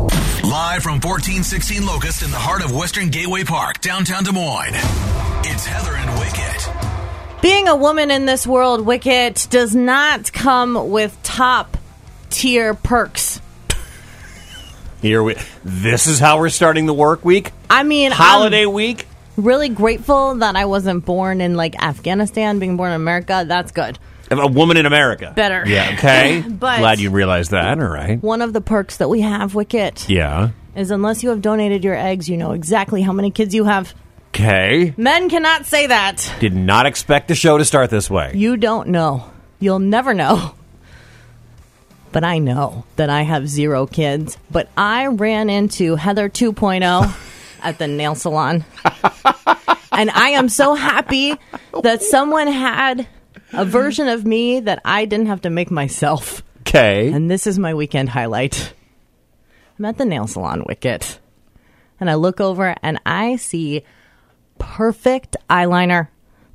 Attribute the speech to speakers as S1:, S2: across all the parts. S1: Live from 1416 Locust in the heart of Western Gateway Park, downtown Des Moines. It's Heather and Wicket.
S2: Being a woman in this world, Wicket, does not come with top tier perks.
S3: Here we. This is how we're starting the work week.
S2: I mean,
S3: Holiday
S2: Um,
S3: week.
S2: I'm really grateful that I wasn't born in like Afghanistan. Being born in America, that's good.
S3: A woman in America.
S2: Better.
S3: Yeah. Okay.
S2: But-
S3: Glad you realized that. All right.
S2: One of the perks that we have, Wicket,
S3: Yeah.
S2: is unless you have donated your eggs, you know exactly how many kids you have.
S3: Okay.
S2: Men cannot say that.
S3: Did not expect the show to start this way.
S2: You don't know. You'll never know. But I know that I have zero kids. But I ran into Heather 2.0 at the nail salon. and I am so happy that someone had a version of me that I didn't have to make myself.
S3: Okay.
S2: And this is my weekend highlight. I'm at the nail salon wicket. And I look over and I see perfect eyeliner,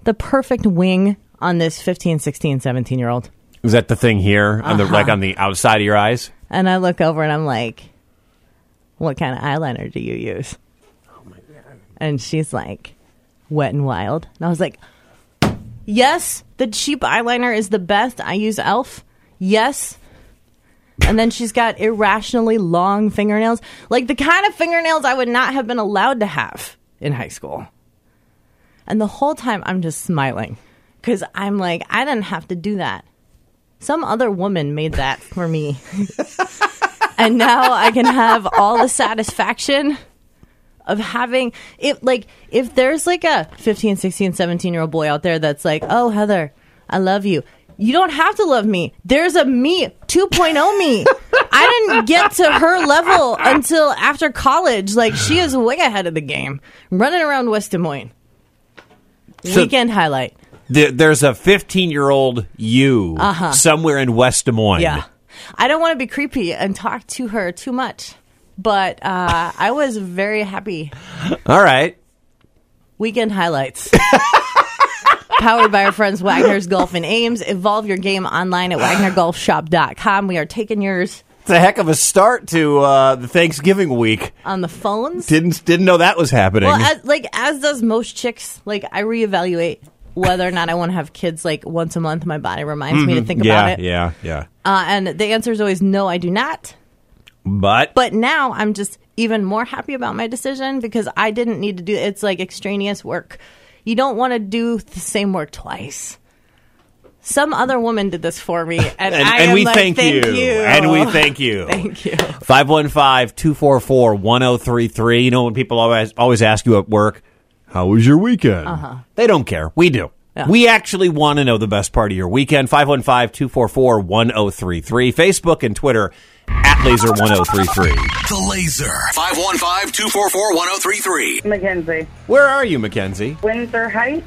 S2: the perfect wing on this 15, 16, 17 year old.
S3: Is that the thing here on the
S2: Uh-huh.
S3: like on the outside of your eyes?
S2: And I look over and I'm like, what kind of eyeliner do you use? And she's like, wet and wild. And I was like, yes, the cheap eyeliner is the best. I use e.l.f. Yes. And then she's got irrationally long fingernails, like the kind of fingernails I would not have been allowed to have in high school. And the whole time I'm just smiling because I'm like, I didn't have to do that. Some other woman made that for me. and now I can have all the satisfaction of having it like if there's like a 15, 16, 17 year old boy out there that's like, "Oh, Heather, I love you." You don't have to love me. There's a me 2.0 me. I didn't get to her level until after college. Like she is way ahead of the game. Running around West Des Moines.
S3: So-
S2: Weekend highlight.
S3: There, there's a 15 year old you somewhere in West Des Moines.
S2: Uh-huh. Yeah. I don't want to be creepy and talk to her too much, but uh, I was very happy.
S3: All right.
S2: Weekend highlights. Powered by our friends Wagner's Golf and Ames. Evolve your game online at wagnergolfshop.com. We are taking yours
S3: It's a heck of a start to uh, the Thanksgiving week.
S2: on the phones.
S3: Didn't didn't know that was happening.
S2: well, as, like as does most chicks, like I reevaluate whether or not I want to have kids like once a month. My body reminds me to think
S3: Mm-hmm. yeah,
S2: about it.
S3: yeah, yeah.
S2: Uh, and the answer is always no, I do not.
S3: But,
S2: But now I'm just even more happy about my decision because I didn't need to do it's like extraneous work. You don't want to do the same work twice. Some other woman did this for me, and,
S3: and,
S2: I
S3: and
S2: am
S3: we
S2: like,
S3: thank, you. and we thank you.
S2: thank you.
S3: 515-244-1033. You know when people always always ask you at work, "How was your weekend?" Uh-huh. They don't care. We do.
S2: Yeah.
S3: We actually want to know the best part of your weekend. 515-244-1033. Facebook and Twitter at laser1033.
S1: The Laser. 515-244-1033.
S4: Mackenzie.
S3: Where are you, Mackenzie?
S4: Windsor Heights,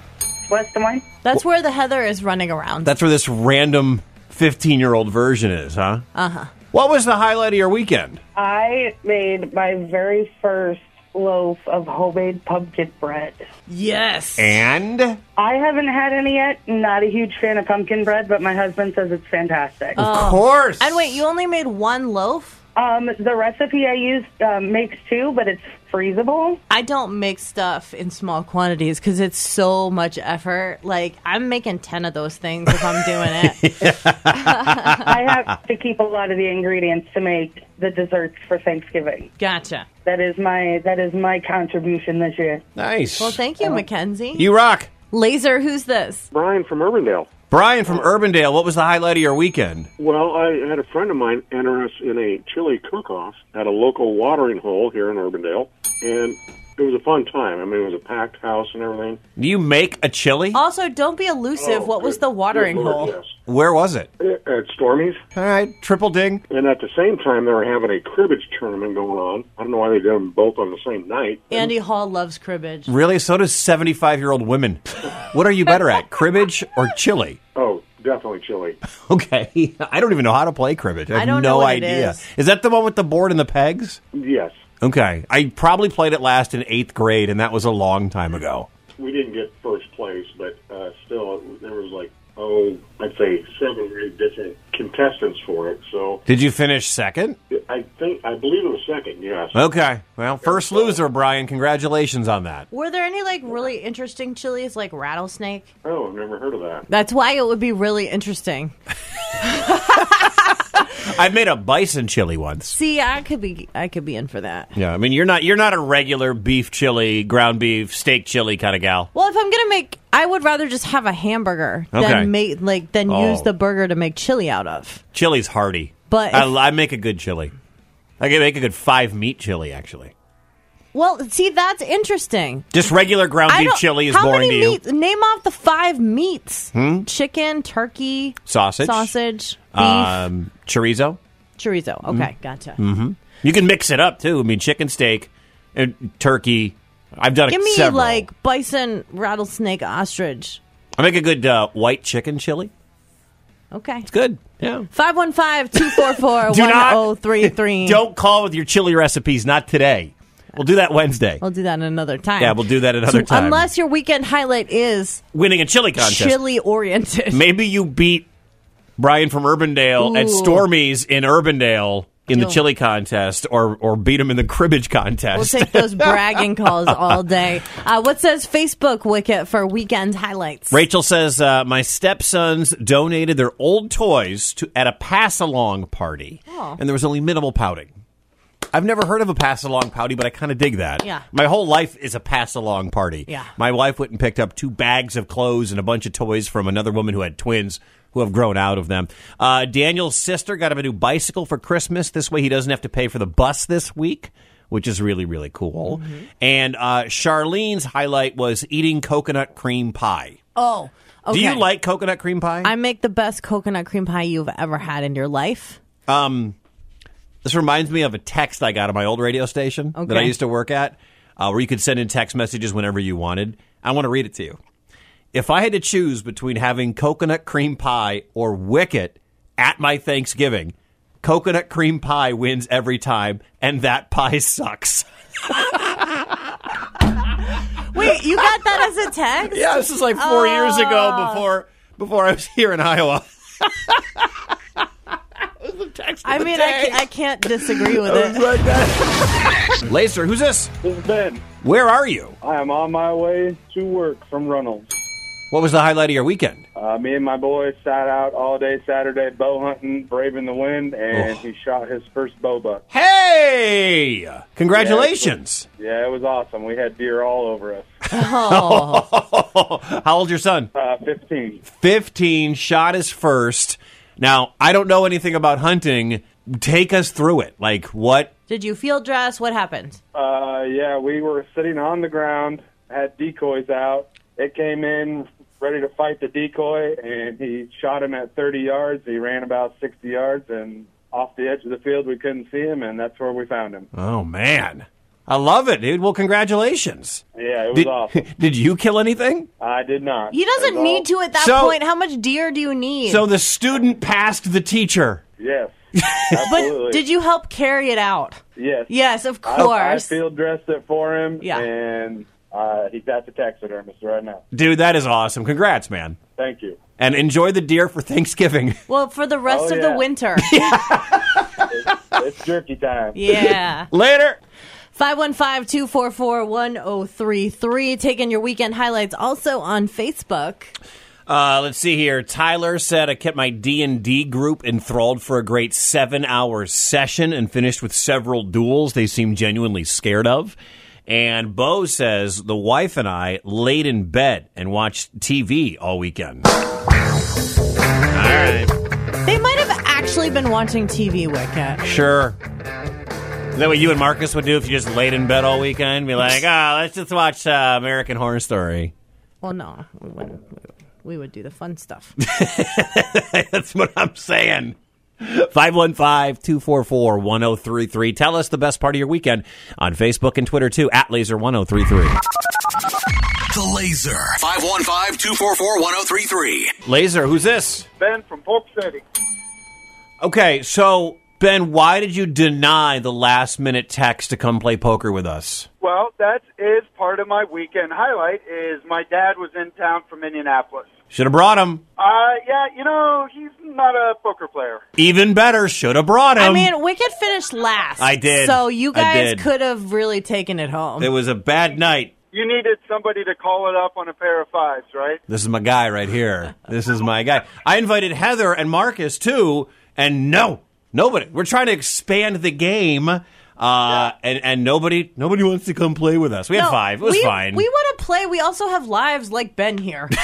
S4: West Des Moines.
S2: That's where the heather is running around.
S3: That's where this random 15-year-old version is, huh? Uh-huh. What was the highlight of your weekend?
S4: I made my very first loaf of homemade pumpkin bread.
S2: yes,
S3: And
S4: I haven't had any yet. Not a huge fan of pumpkin bread, but my husband says it's fantastic.
S3: of course.
S2: Oh. and wait, you only made one loaf.
S4: Um, the recipe I used um, makes two, but it's freezable.
S2: I don't make stuff in small quantities because it's so much effort. Like I'm making ten of those things if I'm doing it.
S4: I have to keep a lot of the ingredients to make the desserts for Thanksgiving.
S2: Gotcha.
S4: That is my that is my contribution this year.
S3: nice.
S2: Well, thank you, Mackenzie.
S3: you rock.
S2: Laser, who's this?
S5: Brian from Urbandale.
S3: Brian from Urbandale, what was the highlight of your weekend?
S5: Well, I had a friend of mine enter us in a chili cook-off at a local watering hole here in Urbandale, and it was a fun time. I mean, it was a packed house and everything.
S3: Do you make a chili?
S2: Also, don't be elusive. what was the watering
S5: Oh, Good Lord,
S2: hole?
S3: Where was it?
S5: yes. At Stormy's,
S3: All right, triple ding.
S5: and at the same time, they were having a cribbage tournament going on. I don't know why they did them both on the same night.
S2: Andy Hall loves cribbage.
S3: Really? So does 75 year old women. What are you better at, cribbage or chili?
S5: Oh, definitely chili.
S3: Okay. I don't even know how to play cribbage. I have
S2: I don't
S3: no
S2: know what it
S3: idea.
S2: is.
S3: that the one with the board and the pegs?
S5: Yes,
S3: Okay. I probably played it last in eighth grade, and that was a long time ago.
S5: we didn't get first place, but uh, still, there was like oh, I'd say seven or eight different contestants for it. So
S6: Did you finish second?
S5: I think I believe it was second. Yes.
S6: Okay. Well, first loser, Brian. Congratulations on that.
S2: Were there any like really interesting chilies like rattlesnake?
S5: Oh, I've never heard of that.
S2: That's why it would be really interesting.
S3: I made a bison chili once.
S2: See, I could be I could be in for that.
S3: Yeah, I mean you're not you're not a regular beef chili, ground beef, steak chili kind of gal.
S2: Well, if I'm gonna make, I would rather just have a hamburger
S3: Okay.
S2: than make like than
S3: Oh.
S2: use the burger to make chili out of.
S3: Chili's hearty,
S2: But
S3: I,
S2: if-
S3: I make a good chili. I can make a good five meat chili actually.
S2: Well, see, that's interesting.
S3: Just regular ground
S2: I
S3: beef
S2: don't-
S3: chili is
S2: how
S3: boring to
S2: many
S3: you. Hmm?
S2: meat- Name off the five meats: chicken, turkey,
S3: Sausage.
S2: sausage, beef,
S3: Um, chorizo.
S2: chorizo.
S3: hmm.
S2: Okay, gotcha.
S3: You can mix it up too. I mean chicken steak and turkey. I've done
S2: Give
S3: it
S2: me
S3: several.
S2: like bison, rattlesnake, ostrich.
S3: I make a good uh, white chicken chili.
S2: Okay.
S3: Good. Yeah.
S2: 515-244-1033.
S3: Don't call with your chili recipes. Not today. We'll do that Wednesday.
S2: We'll do that another time.
S3: Yeah, we'll do that another time.
S2: Unless your weekend highlight is
S3: winning a chili contest.
S2: chili oriented.
S3: Maybe you beat Brian from Urbandale at
S2: Ooh.
S3: Stormy's in Urbandale in the
S2: Ooh.
S3: chili contest, or or beat him in the cribbage
S2: We'll
S3: contest.
S2: take those bragging calls all day. Uh, what says Facebook Wicket for weekend highlights?
S3: Rachel says, uh, "My stepsons donated their old toys to at a pass along party,
S2: Oh.
S3: and there was only minimal pouting." I've never heard of a pass along party, but I kind of dig that.
S2: Yeah.
S3: My whole life is a pass along party.
S2: Yeah.
S3: My wife went and picked up two bags of clothes and a bunch of toys from another woman who had twins who have grown out of them. Uh, Daniel's sister got him a new bicycle for Christmas. This way he doesn't have to pay for the bus this week, which is really, really cool.
S2: Mm-hmm.
S3: And uh, Charlene's highlight was eating coconut cream pie.
S2: Oh, okay.
S3: Do you like coconut cream pie?
S2: I make the best coconut cream pie you've ever had in your life.
S3: This reminds me of a text I got on my old radio station that I
S2: Okay.
S3: used to work at, uh, where you could send in text messages whenever you wanted. I want to read it to you. If I had to choose between having coconut cream pie or Wicket at my Thanksgiving, coconut cream pie wins every time, and that pie sucks.
S2: Wait, you got that as a text?
S3: Yeah, this is like four years ago
S2: Ah.
S3: before before I was here in Iowa. It was a text of
S2: I
S3: the
S2: mean, I
S3: day.
S2: can't, I can't disagree with it.
S3: Lacer, who's this?
S7: This is Ben.
S3: Where are you?
S7: I am on my way to work from Reynolds.
S3: What was the highlight of your weekend?
S7: Uh, me and my boy sat out all day Saturday bow hunting, braving the wind, and
S3: Oh.
S7: he shot his first bow buck.
S3: Hey! Congratulations.
S7: Yeah, it was awesome. We had deer all over us.
S2: Oh,
S3: How old's your son?
S7: Uh, 15.
S3: 15, shot his first. Now, I don't know anything about hunting. Take us through it. Like, what?
S2: did you field dress? What happened?
S7: Uh, yeah, we were sitting on the ground, had decoys out. It came in ready to fight the decoy, and he shot him at 30 yards. He ran about 60 yards, and off the edge of the field, we couldn't see him, and that's where we found him.
S3: Oh, man. I love it, dude. Well, congratulations.
S7: Yeah, it was
S3: Did,
S7: awesome.
S3: did you kill anything?
S7: I did not.
S2: He doesn't
S7: It was all-
S2: need to at that
S3: So-
S2: point. How much deer do you need?
S3: So the student passed the teacher.
S7: Yes.
S2: but
S7: Absolutely.
S2: did you help carry it out?
S7: Yes.
S2: Yes, of
S7: I- I,
S2: course.
S7: field dressed it for him,
S2: Yeah.
S7: and uh, he's at the taxidermist right now.
S3: Dude, that is awesome. Congrats, man.
S7: Thank you.
S3: And enjoy the deer for Thanksgiving.
S2: well, for the rest
S7: Oh,
S2: of the
S7: yeah.
S2: winter.
S7: It's jerky time.
S2: yeah.
S3: Later.
S2: 515-244-1033 taking your weekend highlights also on facebook
S3: Uh, let's see here. Tyler said I kept my D and D group enthralled for a great seven-hour session and finished with several duels. They seemed genuinely scared of. And Bo says the wife and I laid in bed and watched TV all weekend.
S2: they might have actually been watching tv wicket
S3: Sure. Is that what you and Marcus would do if you just laid in bed all weekend? Be like, oh, let's just watch uh, American Horror Story.
S2: well no we wouldn't. we would do the fun stuff
S3: That's what I'm saying. 515-244-1033. Tell us the best part of your weekend on Facebook and Twitter too, at Laser1033.
S1: The Laser. 515-244-1033.
S3: Laser, who's this?
S7: Ben from Polk City.
S3: Okay, so Ben, why did you deny the last minute text to come play poker with us?
S7: Well, that is part of my weekend highlight. Is my dad was in town from Indianapolis,
S3: Should have brought him.
S7: Uh, yeah, you know, he's not a poker player.
S3: Even better, should have brought him.
S2: I mean, Wicked finished last.
S3: Um, I did.
S2: So you
S3: I
S2: guys
S3: did.
S2: could have really taken it home.
S3: it was a bad night.
S7: You needed somebody to call it up on a pair of fives, right?
S3: This is my guy right here. This is my guy. I invited Heather and Marcus too, and no, nobody. We're trying to expand the game, uh, and and nobody nobody wants to come play with us. We had
S2: No,
S3: five. It was
S2: we,
S3: fine.
S2: We want to play. We also have lives like Ben here.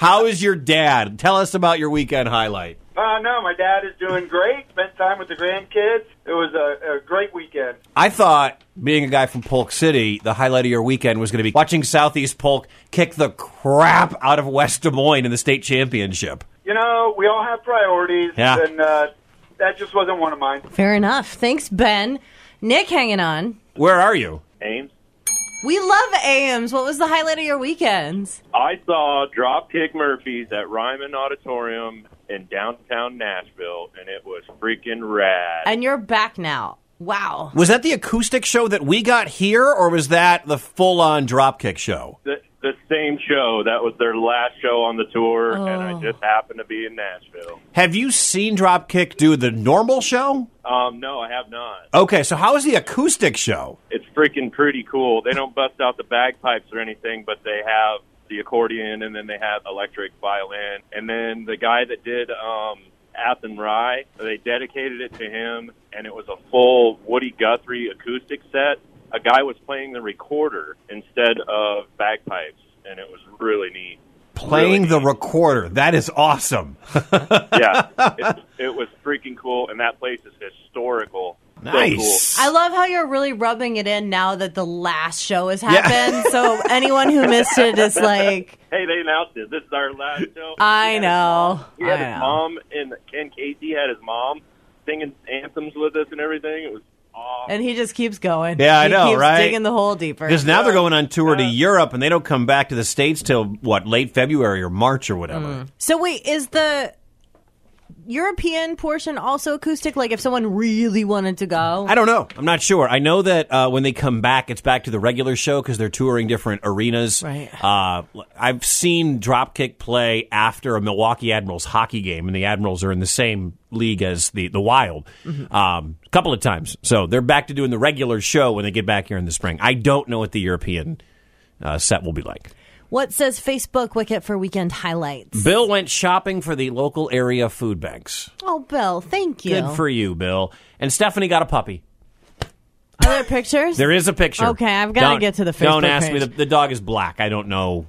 S3: How is your dad? Tell us about your weekend highlight.
S7: Uh, no, my dad is doing great. Spent time with the grandkids. It was a, a great weekend.
S3: I thought being a guy from Polk City, the highlight of your weekend was going to be watching Southeast Polk kick the crap out of West Des Moines in the state championship.
S7: You know, we all have priorities,
S3: Yeah.
S7: and uh, that just wasn't one of mine.
S2: Fair enough. Thanks, Ben. Nick hanging on.
S3: Where are you?
S8: Ames.
S2: We love AMs. What was the highlight of your weekends?
S8: I saw Dropkick Murphys at Ryman Auditorium in downtown Nashville, and it was freaking rad.
S2: And you're back now. Wow.
S3: Was that the acoustic show that we got here, or was that the full on dropkick show?
S8: the, the same show. That was their last show on the tour, and I
S2: Oh.
S8: just happened to be in Nashville.
S3: Have you seen Dropkick do the normal show?
S8: Um, no, I have not.
S3: Okay, so how is the acoustic show?
S8: It's freaking pretty cool. They don't bust out the bagpipes or anything, but they have the accordion, and then they have electric violin, and then the guy that did um, Athen Rye, they dedicated it to him, and it was a full Woody Guthrie acoustic set. A guy was playing the recorder instead of bagpipes, and it was really neat.
S3: Playing
S8: Really
S3: the
S8: neat.
S3: recorder. That is awesome.
S8: yeah, it, it was freaking cool, and that place is historical. So cool.
S3: nice.
S2: I love how you're really rubbing it in now that the last show has happened. so anyone who missed it is like,
S8: Hey, they announced it. This is our last show.
S2: I know.
S8: He had
S2: I
S8: his
S2: know.
S8: mom, and Ken Casey had his mom singing anthems with us and everything. It was awesome.
S2: And he just keeps going.
S3: Yeah, I
S2: He
S3: know,
S2: keeps
S3: right?
S2: Digging the hole deeper.
S3: Because now they're going on tour to Europe, and they don't come back to the states till what late February or March or whatever.
S8: Mm.
S2: So wait, is the European portion also acoustic? Like if someone really wanted to go,
S3: I don't know. I'm not sure. I know that uh, when they come back, it's back to the regular show because they're touring different arenas.
S2: Right.
S3: Uh, I've seen Dropkick play after a Milwaukee Admirals hockey game, and the Admirals are in the same league as the the Wild
S2: Mm-hmm.
S3: um, a couple of times. So they're back to doing the regular show when they get back here in the spring. I don't know what the European uh, set will be like.
S2: what says Facebook Wicket for weekend highlights?
S3: Bill went shopping for the local area food banks.
S2: oh, Bill, thank you.
S3: Good for you, Bill. And Stephanie got a puppy.
S2: Are there pictures?
S3: There is a picture.
S2: Okay, I've gotta
S3: Don't-
S2: get to the Facebook
S3: Don't ask me.
S2: page.
S3: The, the dog is black. I don't know.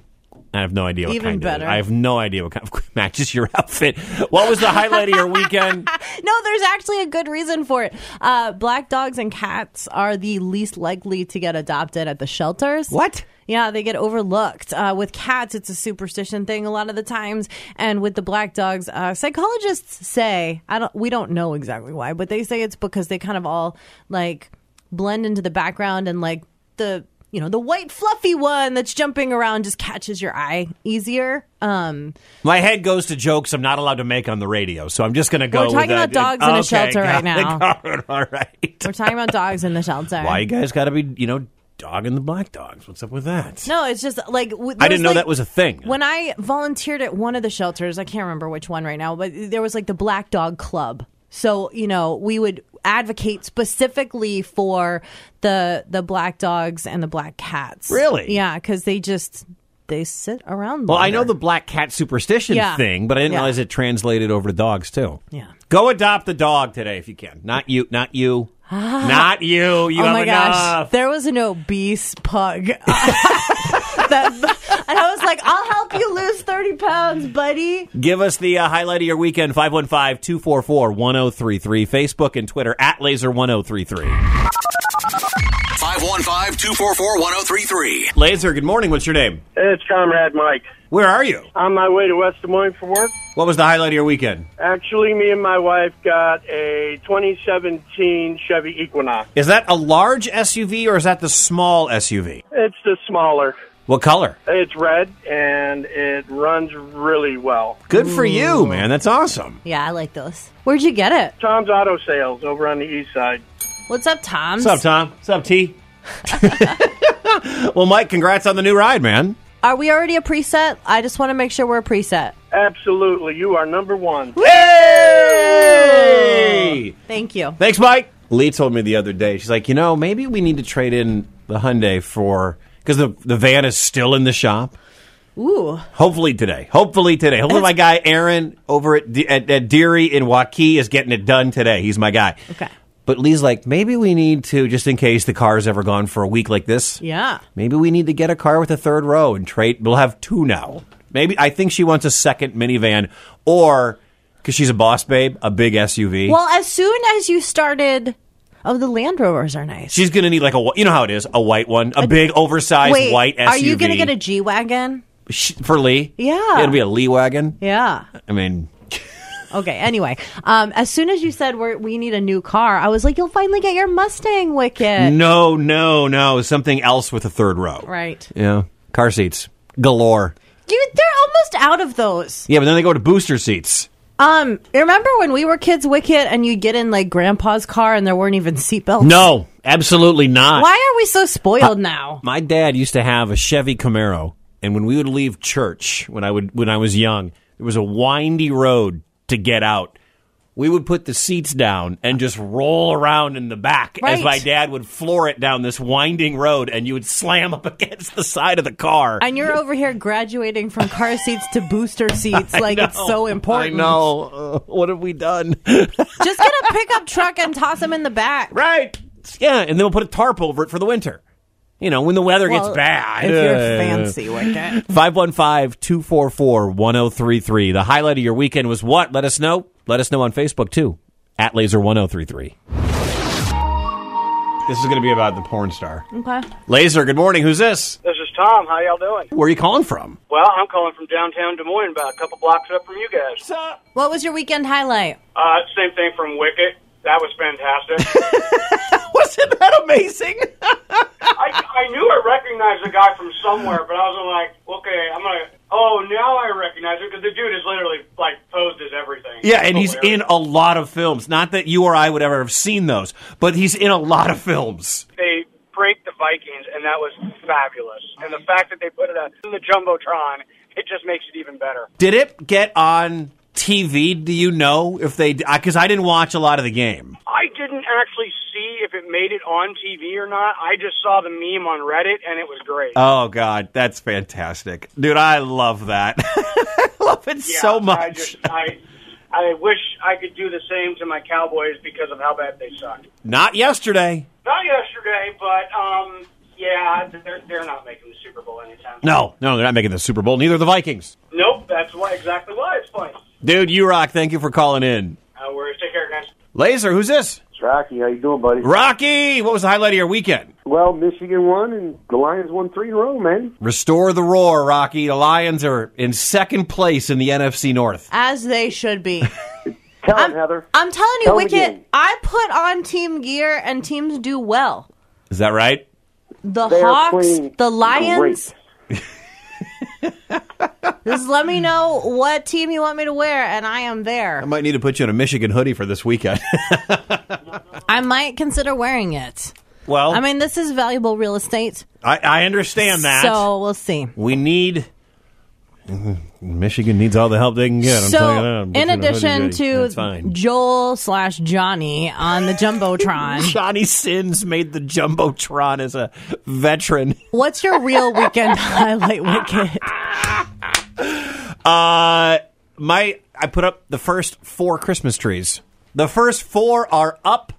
S3: I have no idea what
S2: Even
S3: kind
S2: better.
S3: Of, I have no idea what kind of matches your outfit. What was the highlight of your weekend?
S2: No, there's actually a good reason for it. Uh, black dogs and cats are the least likely to get adopted at the shelters.
S3: What?
S2: Yeah, they get overlooked. Uh, with cats, it's a superstition thing a lot of the times, and with the black dogs, uh, psychologists say I don't. We don't know exactly why, but they say it's because they kind of all like blend into the background and like the you know the white fluffy one that's jumping around just catches your eye easier. Um,
S3: My head goes to jokes I'm not allowed to make on the radio, so I'm just going to
S2: We're
S3: go.
S2: talking
S3: with
S2: about
S3: that.
S2: dogs in a
S3: Okay,
S2: shelter right now.
S3: got it. All right.
S2: we're talking about dogs in the shelter.
S3: Why you guys got to be you know dogging the black dogs? What's up with that?
S2: No, it's just like w-
S3: I
S2: there's,
S3: didn't know
S2: like-
S3: that was a thing.
S2: When I volunteered at one of the shelters, I can't remember which one right now, but there was like the Black Dog Club. So you know, we would advocate specifically for the the black dogs and the black cats.
S3: Really?
S2: Yeah, because they just they sit around.
S3: Well, I know
S2: longer.
S3: the black cat superstition
S2: Yeah.
S3: thing, but I didn't
S2: Yeah.
S3: realize it translated over to dogs too.
S2: Yeah.
S3: Go adopt a dog today if you can. Not you, not you. not you. You
S2: Ah. Oh
S3: have
S2: my
S3: enough.
S2: gosh, there was an obese pug. that, and I was like, I'll help you lose 30 pounds, buddy.
S3: Give us the uh, highlight of your weekend 515-244-1033 Facebook and Twitter at laser1033.
S1: 515-244-1033.
S3: Laser, good morning. What's your name?
S9: It's Comrade Mike.
S3: Where are you?
S9: On my way to West Des Moines for work.
S3: What was the highlight of your weekend?
S9: Actually, me and my wife got a 2017 Chevy Equinox.
S3: Is that a large SUV or is that the small SUV?
S9: It's the smaller.
S3: What color?
S9: It's red and it runs really well.
S3: Good for you, man. That's awesome.
S2: Yeah, I like those. Where'd you get it?
S9: Tom's Auto Sales over on the east side.
S2: What's up, Tom?
S3: What's up, Tom? What's up, T? well, Mike, congrats on the new ride, man.
S2: Are we already a preset? I just want to make sure we're a preset.
S9: Absolutely. You are number one.
S3: Hey!
S2: Thank you.
S3: Thanks, Mike. Lee told me the other day. She's like, you know, maybe we need to trade in the Hyundai for because the the van is still in the shop.
S2: Ooh.
S3: Hopefully today. Hopefully today. Hopefully my guy Aaron over at De- at, at Deary in Waukee is getting it done today. He's my guy.
S2: Okay.
S3: But Lee's like, maybe we need to just in case the car's ever gone for a week like this.
S2: Yeah.
S3: Maybe we need to get a car with a third row and trade. We'll have two now. Maybe I think she wants a second minivan or because she's a boss babe, a big SUV.
S2: Well, as soon as you started, oh, the Land Rovers are nice.
S3: She's gonna need like a wh- you know how it is a white one, a big oversized
S2: Wait,
S3: white SUV.
S2: are you going to get a G wagon?
S3: Sh- for Lee?
S2: Yeah.
S3: it'll be a Lee wagon.
S2: Yeah.
S3: I mean,
S2: Okay. Anyway, um, as soon as you said we're, we need a new car, I was like, you'll finally get your Mustang, Wicket.
S3: no, no, no, something else with a third row.
S2: Right.
S3: Yeah, car seats galore.
S2: Dude, they're almost out of those.
S3: Yeah, but then they go to booster seats.
S2: Um, remember when we were kids, Wicket, and you'd get in like grandpa's car and there weren't even seatbelts?
S3: No, absolutely not.
S2: Why are we so spoiled now?
S3: My dad used to have a Chevy Camaro, and when we would leave church when I would when I was young, there was a windy road to get out. We would put the seats down and just roll around in the back
S2: Right.
S3: as my dad would floor it down this winding road, and you would slam up against the side of the car.
S2: And you're over here graduating from car seats to booster seats. Like, it's so important.
S3: I know. Uh, what have we done?
S2: Just get a pickup truck and toss them in the back.
S3: right. Yeah, and then we'll put a tarp over it for the winter. You know, when the weather
S2: Well,
S3: gets bad.
S2: If you're
S3: Uh,
S2: fancy, Wicket.
S3: 515-244-1033. The highlight of your weekend was what? Let us know. Let us know on Facebook too. At Laser1033. This is going to be about the porn star.
S2: Okay.
S3: Laser, good morning. Who's this?
S9: This is Tom. How y'all doing?
S3: Where are you calling from?
S9: Well, I'm calling from downtown Des Moines, about a couple blocks up from you guys.
S2: What was your weekend highlight?
S9: Uh, same thing from Wicket. That was fantastic.
S3: Wasn't that amazing?
S9: I, I knew I recognized the guy from somewhere, but I was like, okay, I'm gonna. Oh, now I recognize him because the dude is literally like posed as everything.
S3: Yeah, and he's in
S9: Hilarious.
S3: a lot of films. Not that you or I would ever have seen those, but he's in a lot of films.
S9: They pranked the Vikings, and that was fabulous. And the fact that they put it on the jumbotron, it just makes it even better.
S3: Did it get on TV? Do you know if they? Because I didn't watch a lot of the game.
S9: I didn't actually see if it made it on TV or not. I just saw the meme on Reddit, and it was great.
S3: Oh God, that's fantastic, dude! I love that. I love it
S9: Yeah,
S3: so
S9: I
S3: much.
S9: just I I wish I could do the same to my Cowboys because of how bad they suck.
S3: Not yesterday.
S9: Not yesterday, but um, yeah, they're they're not making the Super Bowl anytime.
S3: No, no, they're not making the Super Bowl. Neither are the Vikings.
S9: Nope. That's why exactly why it's funny.
S3: Dude, you rock. Thank you for calling in.
S9: No worries. Take care, guys.
S3: Laser, who's this?
S10: It's Rocky. How you doing, buddy?
S3: Rocky. What was the highlight of your weekend?
S10: Well, Michigan won, and the Lions won three in a row, man.
S3: Restore the roar, Rocky. The Lions are in second place in the NFC North.
S2: As they should be.
S10: Tell him, Heather.
S2: I'm telling you,
S10: Tell 'em
S2: Wicket,
S10: again.
S2: I put on team gear and teams do well.
S3: Is that right?
S2: The
S10: They are
S2: Hawks,
S10: playing
S2: the Lions.
S10: great.
S2: Just let me know what team you want me to wear, and I am there.
S3: might need to put you in a Michigan hoodie for this weekend.
S2: I might consider wearing it.
S3: well,
S2: I mean, this is valuable real estate,
S3: I, I understand that.
S2: so we'll see.
S3: we need. Michigan needs all the help they can get. I'm telling you that.
S2: so,
S3: I'm
S2: in
S3: putting a hoodie
S2: addition
S3: hoodie.
S2: to
S3: That's fine.
S2: Joel slash Johnny on the jumbotron,
S3: Johnny Sins made the jumbotron as a veteran.
S2: what's your real weekend highlight, Wicket?
S3: Uh, my I put up the first four Christmas trees. The first four are up.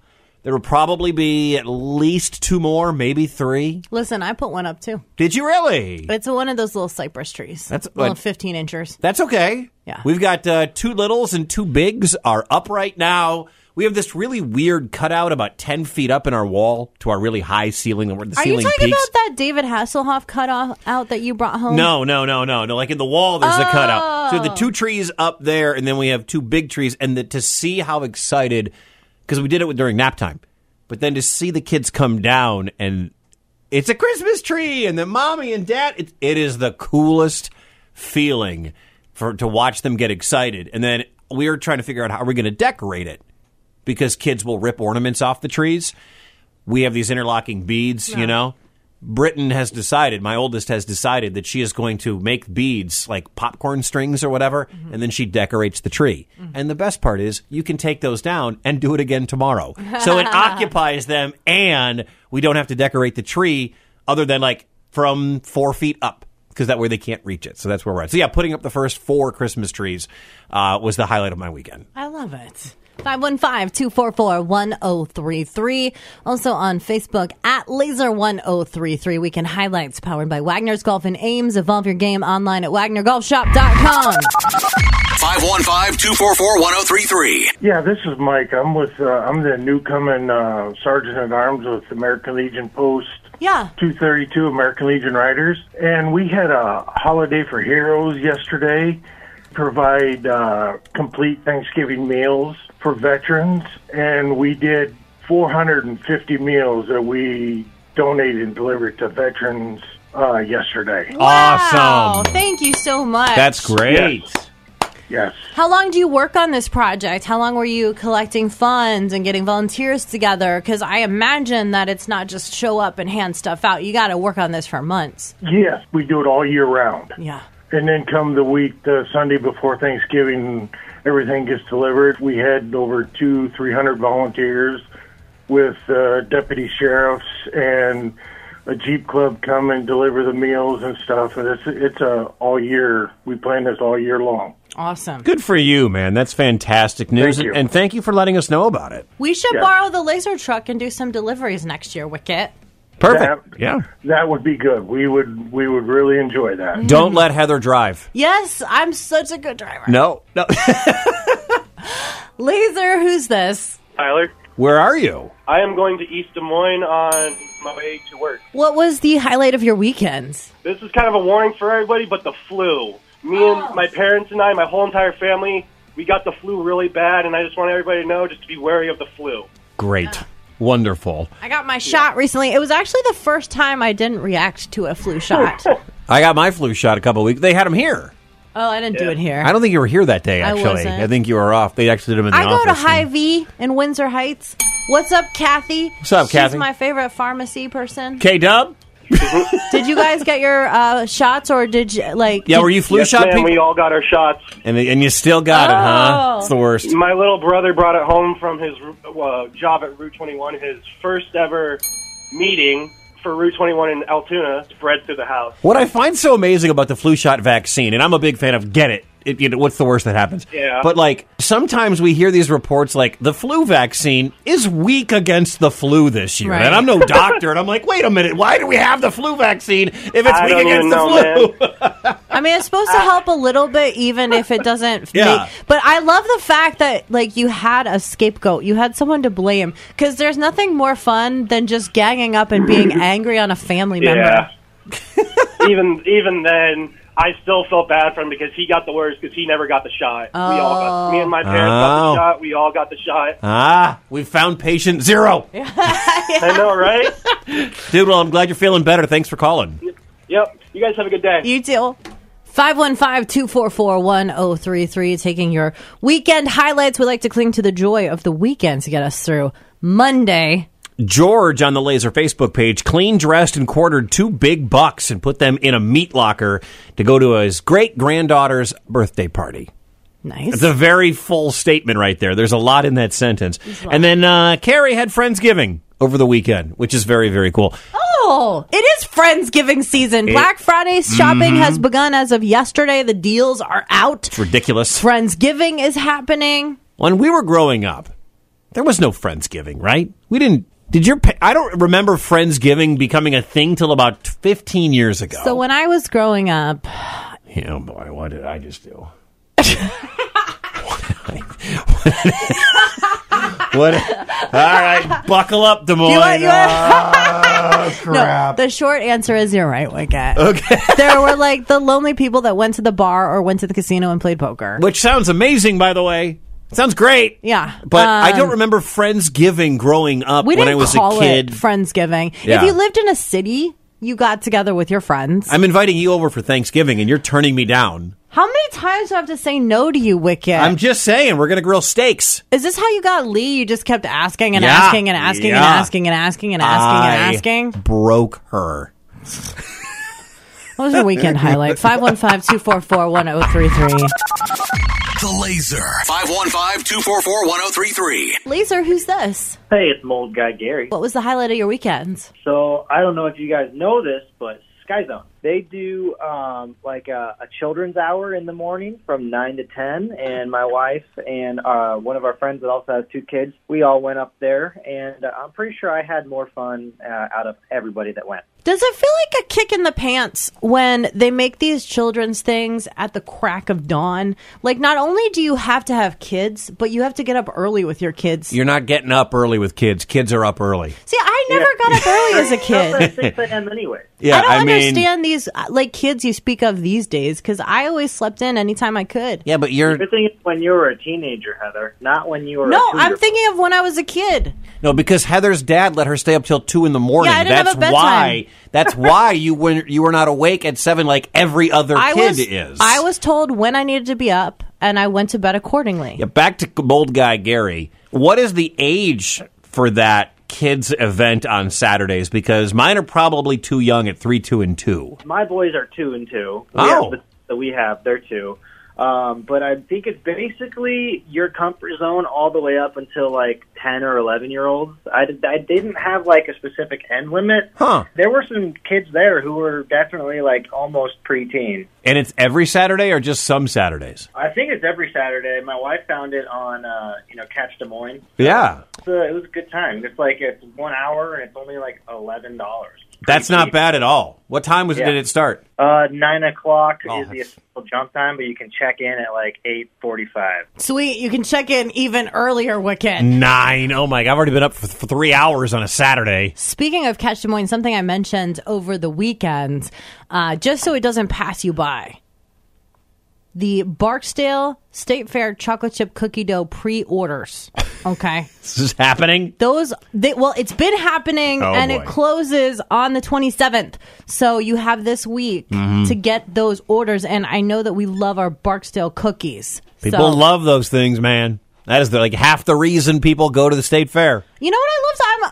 S3: There will probably be at least two more, maybe three.
S2: Listen, I put one up too.
S3: Did you really?
S2: It's one of those little cypress trees.
S3: That's-
S2: little
S3: what-
S2: fifteen inchers.
S3: That's okay.
S2: Yeah.
S3: We've got uh, two littles and two bigs are up right now. We have this really weird cutout about ten feet up in our wall to our really high ceiling. The
S2: Are you
S3: ceiling
S2: talking
S3: peaks.
S2: about that David Hasselhoff cut off out that you brought home?
S3: No, no, no, no, no. Like in the wall, there's the
S2: Oh.
S3: cutout. So the two trees up there, and then we have two big trees. And the, to see how excited, because we did it during nap time, but then to see the kids come down and it's a Christmas tree, and then mommy and dad, it, it is the coolest feeling for to watch them get excited. And then we are trying to figure out how we're going to decorate it because kids will rip ornaments off the trees. We have these interlocking beads, you know. Britain has decided, my oldest has decided that she is going to make beads like popcorn strings or whatever, and then she decorates the tree. And the best part is you can take those down and do it again tomorrow. So it occupies them, and we don't have to decorate the tree other than like from four feet up because that way they can't reach it. So that's where we're at. So yeah, putting up the first four Christmas trees uh, was the highlight of my weekend.
S2: I love it. 515-244-1033. Also on Facebook at Laser1033. Weekend highlights powered by Wagner's Golf and Ames. Evolve your game online at WagnerGolfShop.com.
S1: 515-244-1033.
S11: Yeah, this is Mike. I'm with uh, I'm the newcoming uh, sergeant at arms with American Legion Post.
S2: Yeah.
S11: 232 American Legion Riders, and we had a holiday for heroes yesterday. Provide uh, complete Thanksgiving meals for veterans, and we did 450 meals that we donated and delivered to veterans uh, yesterday.
S2: Wow. Thank you so much.
S11: Yes. yes.
S2: How long do you work on this project? How long were you collecting funds and getting volunteers together? Because I imagine that it's not just show up and hand stuff out. You got to work on this for months.
S11: Yes, we do it all year round.
S2: Yeah.
S11: And then come the week, the Sunday before Thanksgiving, everything gets delivered. We had over two, three hundred volunteers with uh, deputy sheriffs and a Jeep Club come and deliver the meals and stuff. And it's it's a all year. We plan this all year long.
S2: Awesome.
S3: Good for you, man. That's fantastic news.
S11: Thank you.
S3: And thank you for letting us know about it.
S2: We should
S11: Yeah.
S2: borrow the laser truck and do some deliveries next year, Wicket.
S3: Perfect. yeah.
S11: That would be good. We would we would really enjoy that.
S3: Don't let Heather drive.
S2: Yes, I'm such a good driver.
S3: No. No.
S2: Laser, who's this?
S12: Tyler,
S3: Where are you?
S12: I am going to East Des Moines on my way to work.
S2: What was the highlight of your weekend?
S12: This is kind of a warning for everybody, but the flu. Me
S3: Oh.
S12: and my parents and I, my whole entire family, we got the flu really bad, and I just want everybody to know just to be wary of the flu.
S3: Great. Wonderful.
S2: I got my shot recently. It was actually the first time I didn't react to a flu shot. oh,
S3: I got my flu shot a couple weeks. They had them here.
S2: I didn't do it here.
S3: I don't think you were here that day.
S2: I
S3: Actually,
S2: wasn't.
S3: think you were off. They actually did them in the
S2: I go to
S3: office.
S2: High V in Windsor Heights. What's up, Kathy?
S3: What's up,
S2: She's
S3: Kathy?
S2: my favorite pharmacy person.
S3: K Dub.
S2: did you guys get your uh, shots, or did you like?
S3: Yeah, were you flu
S12: Yes,
S3: shot
S12: ma'am,
S3: people?
S12: we all got our shots.
S3: And and you still got it, huh?
S12: Oh.
S3: It's the worst.
S12: My little brother brought it home from his uh, job at Route 21, his first ever meeting for Route 21 in Altoona, spread through the house.
S3: What I find so amazing about the flu shot vaccine, and I'm a big fan of get it. It, you know, what's the worst that happens?
S12: Yeah.
S3: But like sometimes we hear these reports like the flu vaccine is weak against the flu this year,
S12: Right.
S3: and I'm no doctor, and I'm like, wait a minute, why do we have the flu vaccine if it's
S12: I
S3: weak
S12: don't
S3: against
S12: even
S3: the
S12: know,
S3: flu?
S2: I mean, it's supposed to help a little bit, even if it doesn't.
S3: Uh, Yeah.
S2: Make, but I love the fact that like you had a scapegoat, you had someone to blame, because there's nothing more fun than just ganging up and being angry on a family member.
S12: even even then, I still felt bad for him because he got the worst because he never got the shot. We all got me and my parents got
S3: Oh.
S12: the shot. We all got the shot.
S3: Ah, we found patient zero.
S12: I know, right?
S3: Dude, well, I'm glad you're feeling better. Thanks for calling.
S12: Yep. You guys have a good day.
S2: You too. 515-244-1033 taking your weekend highlights we like to cling to the joy of the weekend to get us through monday
S3: George on the Laser Facebook page clean dressed and quartered two big bucks and put them in a meat locker to go to his great granddaughter's birthday party.
S2: Nice.
S3: It's a very full statement right there. There's a lot in that sentence. And then uh, Carrie had Friendsgiving over the weekend, which is very, very cool.
S2: oh it is friendsgiving season
S3: It-
S2: black friday shopping
S3: Mhm.
S2: has begun as of yesterday the deals are out It's
S3: ridiculous.
S2: friendsgiving is happening
S3: When we were growing up, there was no Friendsgiving, right? We didn't. Did your? pa- I don't remember Friendsgiving becoming a thing till about 15 years ago.
S2: so when i was growing up
S3: Yeah, oh boy, what did I just do? what? All right, buckle up, Des Moines.
S2: You want- you want-
S3: Oh crap.
S2: No, the short answer is you're right, Wicket.
S3: Okay.
S2: there were like the lonely people that went to the bar or went to the casino and played poker.
S3: Which sounds amazing, by the way. Sounds great.
S2: Yeah.
S3: But I don't
S2: Um,
S3: remember Friendsgiving growing up
S2: we
S3: when
S2: didn't
S3: I was
S2: call
S3: a kid.
S2: it Friendsgiving.
S3: Yeah.
S2: If you lived in a city, you got together with your friends.
S3: I'm inviting you over for Thanksgiving, and you're turning me down.
S2: How many times do I have to say no to you, Wicket?
S3: I'm just saying, we're gonna grill steaks.
S2: Is this how you got Lee? You just kept asking and
S3: Yeah.
S2: asking and asking and
S3: Yeah.
S2: asking and asking and asking and asking?
S3: I broke her.
S2: What was your weekend highlight? 515 244 1033.
S1: The Laser. 515-244-1033.
S2: Laser, who's this?
S13: Hey, it's Mold Guy Gary.
S2: What was the highlight of your weekend?
S13: So I don't know if you guys know this, but Skyzone they do um, like a, a children's hour in the morning from nine to ten, and my wife and uh, one of our friends that also has two kids, we all went up there, and uh, I'm pretty sure I had more fun uh, out of everybody that went.
S2: Does it feel like a kick in the pants when they make these children's things at the crack of dawn? Like, not only do you have to have kids, but you have to get up early with your kids.
S3: You're not getting up early with kids. Kids are up early.
S2: See, I never got up early as a kid.
S13: Six a.m. anyway.
S3: Yeah,
S2: I don't
S3: I mean-
S2: understand these uh, like kids you speak of these days because I always slept in anytime I could.
S3: Yeah, but you're
S13: You're thinking when you were a teenager, Heather, not when you were.
S2: No,
S13: a
S2: I'm
S13: cougar.
S2: thinking of when I was a kid.
S3: No, because Heather's dad let her stay up till two in the morning.
S2: Yeah, I didn't have
S3: that's
S2: a bedtime.
S3: why. That's why you were you were not awake at seven like every other
S2: I
S3: kid
S2: was
S3: is.
S2: I was told when I needed to be up, and I went to bed accordingly.
S3: yeah, back to bold guy Gary. What is the age for that kids event on Saturdays? Because mine are probably too young at three, two, and two.
S13: My boys are two and two.
S3: Oh.
S13: Yeah, that we have they're two. Um, but I think it's basically your comfort zone all the way up until like ten or eleven year olds. I, did- I didn't have like a specific end limit.
S3: Huh.
S13: There were some kids there who were definitely like almost preteen.
S3: And it's every Saturday or just some Saturdays?
S13: I think it's every Saturday. My wife found it on uh, you know Catch Des Moines.
S3: Yeah.
S13: It's, uh, it was a good time. It's like it's one hour and it's only like eleven dollars.
S3: That's not bad at all. What time was it
S13: Yeah.
S3: did it start?
S13: Uh, nine o'clock
S3: Oh,
S13: is the official jump time, but you can check in at like eight forty-five.
S2: Sweet, you can check in even earlier, Wicket.
S3: Nine. Oh my! God, I've already been up for, for three hours on a Saturday.
S2: Speaking of Catch Des Moines, something I mentioned over the weekend, uh, just so it doesn't pass you by. The Barksdale State Fair chocolate chip cookie dough pre orders. Okay.
S3: This is happening.
S2: Those, they, well, it's been happening
S3: Oh,
S2: and
S3: boy.
S2: it closes on the 27th. So you have this week
S3: Mhm.
S2: to get those orders. And I know that we love our Barksdale cookies.
S3: People
S2: So-
S3: love those things, man. That is the, like half the reason people go to the state fair.
S2: You know what I love?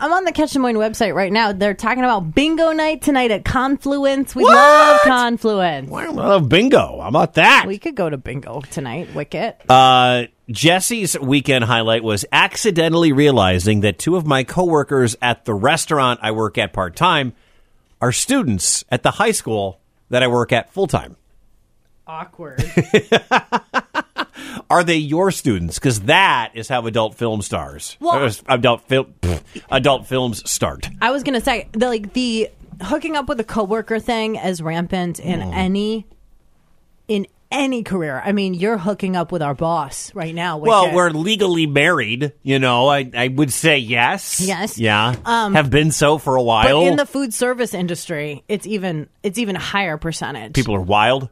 S2: I'm, I'm on the Catch Des Moines website right now. They're talking about bingo night tonight at Confluence. We love Confluence.
S3: I love bingo. How about that?
S2: We could go to bingo tonight, Wicket.
S3: Uh, Jesse's weekend highlight was accidentally realizing that two of my coworkers at the restaurant I work at part time are students at the high school that I work at full time.
S2: Awkward.
S3: Are they your students? Because that is how adult film stars,
S2: Well-
S3: or adult film, adult films start.
S2: I was gonna say the like the hooking up with a coworker thing is rampant in
S3: Mm.
S2: any in any career. I mean, you're hooking up with our boss right now. Wicket.
S3: Well, we're legally married, you know. I, I would say yes.
S2: Yes.
S3: Yeah.
S2: Um,
S3: Have been so for a
S2: but
S3: while.
S2: in the food service industry, it's even it's even a higher percentage.
S3: People are wild.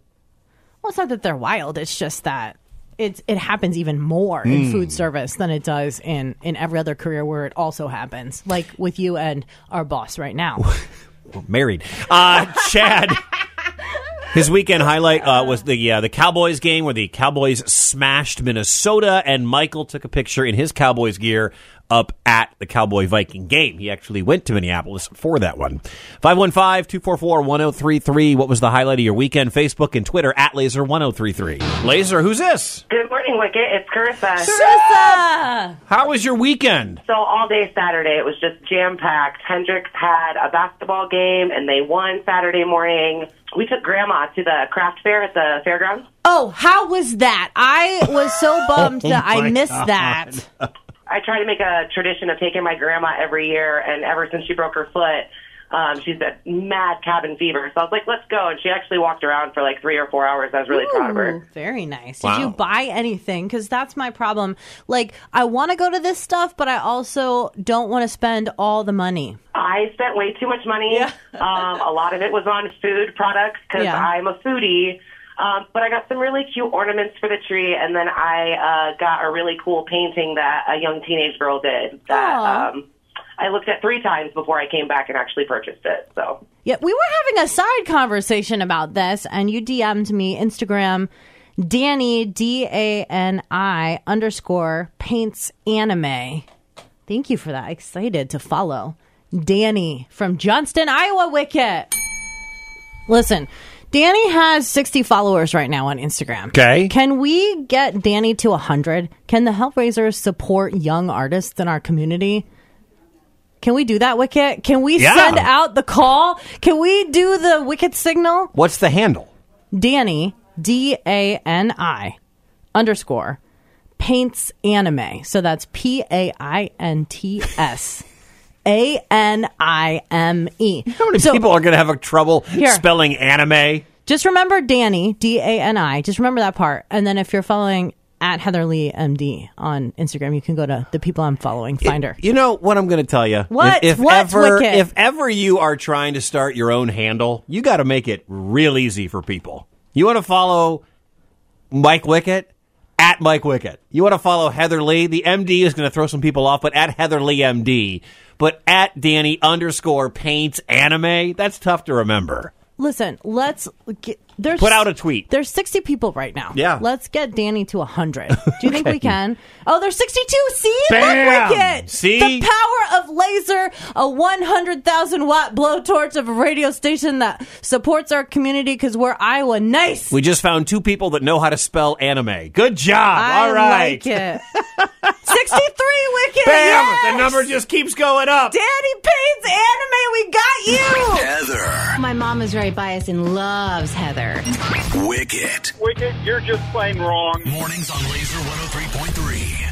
S2: Well, it's not that they're wild. It's just that it's it happens even more in
S3: Mm.
S2: food service than it does in in every other career where it also happens. Like with you and our boss right now.
S3: We're married. Uh, Chad. His weekend highlight uh, was the uh, the Cowboys game where the Cowboys smashed Minnesota, and Michael took a picture in his Cowboys gear up at the Cowboy Viking game. He actually went to Minneapolis for that one. 515-244-1033. What was the highlight of your weekend? Facebook and Twitter at Laser1033. Laser, who's this?
S14: Good morning, Wicket. It's Carissa.
S2: Carissa!
S3: How was your weekend?
S14: So all day Saturday, it was just jam packed. Hendricks had a basketball game, and they won Saturday morning. We took Grandma to the craft fair at the fairgrounds.
S2: Oh, how was that? I was so bummed
S14: Oh
S2: that I
S14: my
S2: missed
S14: God.
S2: that.
S14: I try to make a tradition of taking my grandma every year, and ever since she broke her foot, um, she's had mad cabin fever. So I was like, "Let's go!" And she actually walked around for like three or four hours. I was really proud of her.
S2: Ooh, Very nice. Did
S14: Wow.
S2: you buy anything? Because that's my problem. Like, I want to go to this stuff, but I also don't want to spend all the money.
S14: I spent way too much money. um, a lot of it was on food products because
S2: Yeah.
S14: I'm a foodie. Um, but I got some really cute ornaments for the tree, and then I uh, got a really cool painting that a young teenage girl did. That
S2: Aw.
S14: um, I looked at three times before I came back and actually purchased it. So
S2: Yeah, we were having a side conversation about this, and you DM'd me Instagram, Danny D A N I underscore paints anime. Thank you for that. Excited to follow Danny from Johnston, Iowa. Wicket. Listen, Danny has sixty followers right now on Instagram.
S3: Okay.
S2: can we get Danny to hundred? Can the Hellraisers support young artists in our community? Can we do that, Wicket? Can we
S3: Yeah.
S2: send out the call? Can we do the Wicket signal?
S3: What's the handle?
S2: Danny, D A N I underscore, paints anime. So that's P A I N T S A N I M E.
S3: How many people are going to have a trouble spelling anime?
S2: Just remember Danny, D A N I. Just remember that part. And then if you're following at Heather Lee MD on Instagram, you can go to the people I'm following finder.
S3: You know what I'm going to tell you.
S2: What?
S3: If, if
S2: What's
S3: ever,
S2: wicked?
S3: if ever you are trying to start your own handle, you got to make it real easy for people. You want to follow Mike Wicket at Mike Wicket. You want to follow Heather Lee. The MD is going to throw some people off, but at Heather Lee MD. But at Danny underscore paints anime. That's tough to remember.
S2: Listen, let's get, there's
S3: Put out a tweet.
S2: There's 60 people right now.
S3: Yeah.
S2: Let's get Danny to 100. Do you think we
S3: Okay.
S2: can? Oh, there's 62. See?
S3: Bam!
S2: Look wicked.
S3: See?
S2: The power of laser, a 100,000 watt blowtorch of a radio station that supports our community because we're Iowa. Nice.
S3: We just found two people that know how to spell anime. Good job.
S2: I
S3: All right.
S2: like it. 63 Wicked.
S3: Bam!
S2: Yes!
S3: The number just keeps going up.
S2: Danny Payne's anime. We got you.
S1: Heather.
S15: My mom is very biased and loves Heather.
S1: Wicket.
S9: Wicket, you're just plain wrong.
S1: oh Mornings on Laser 103.3.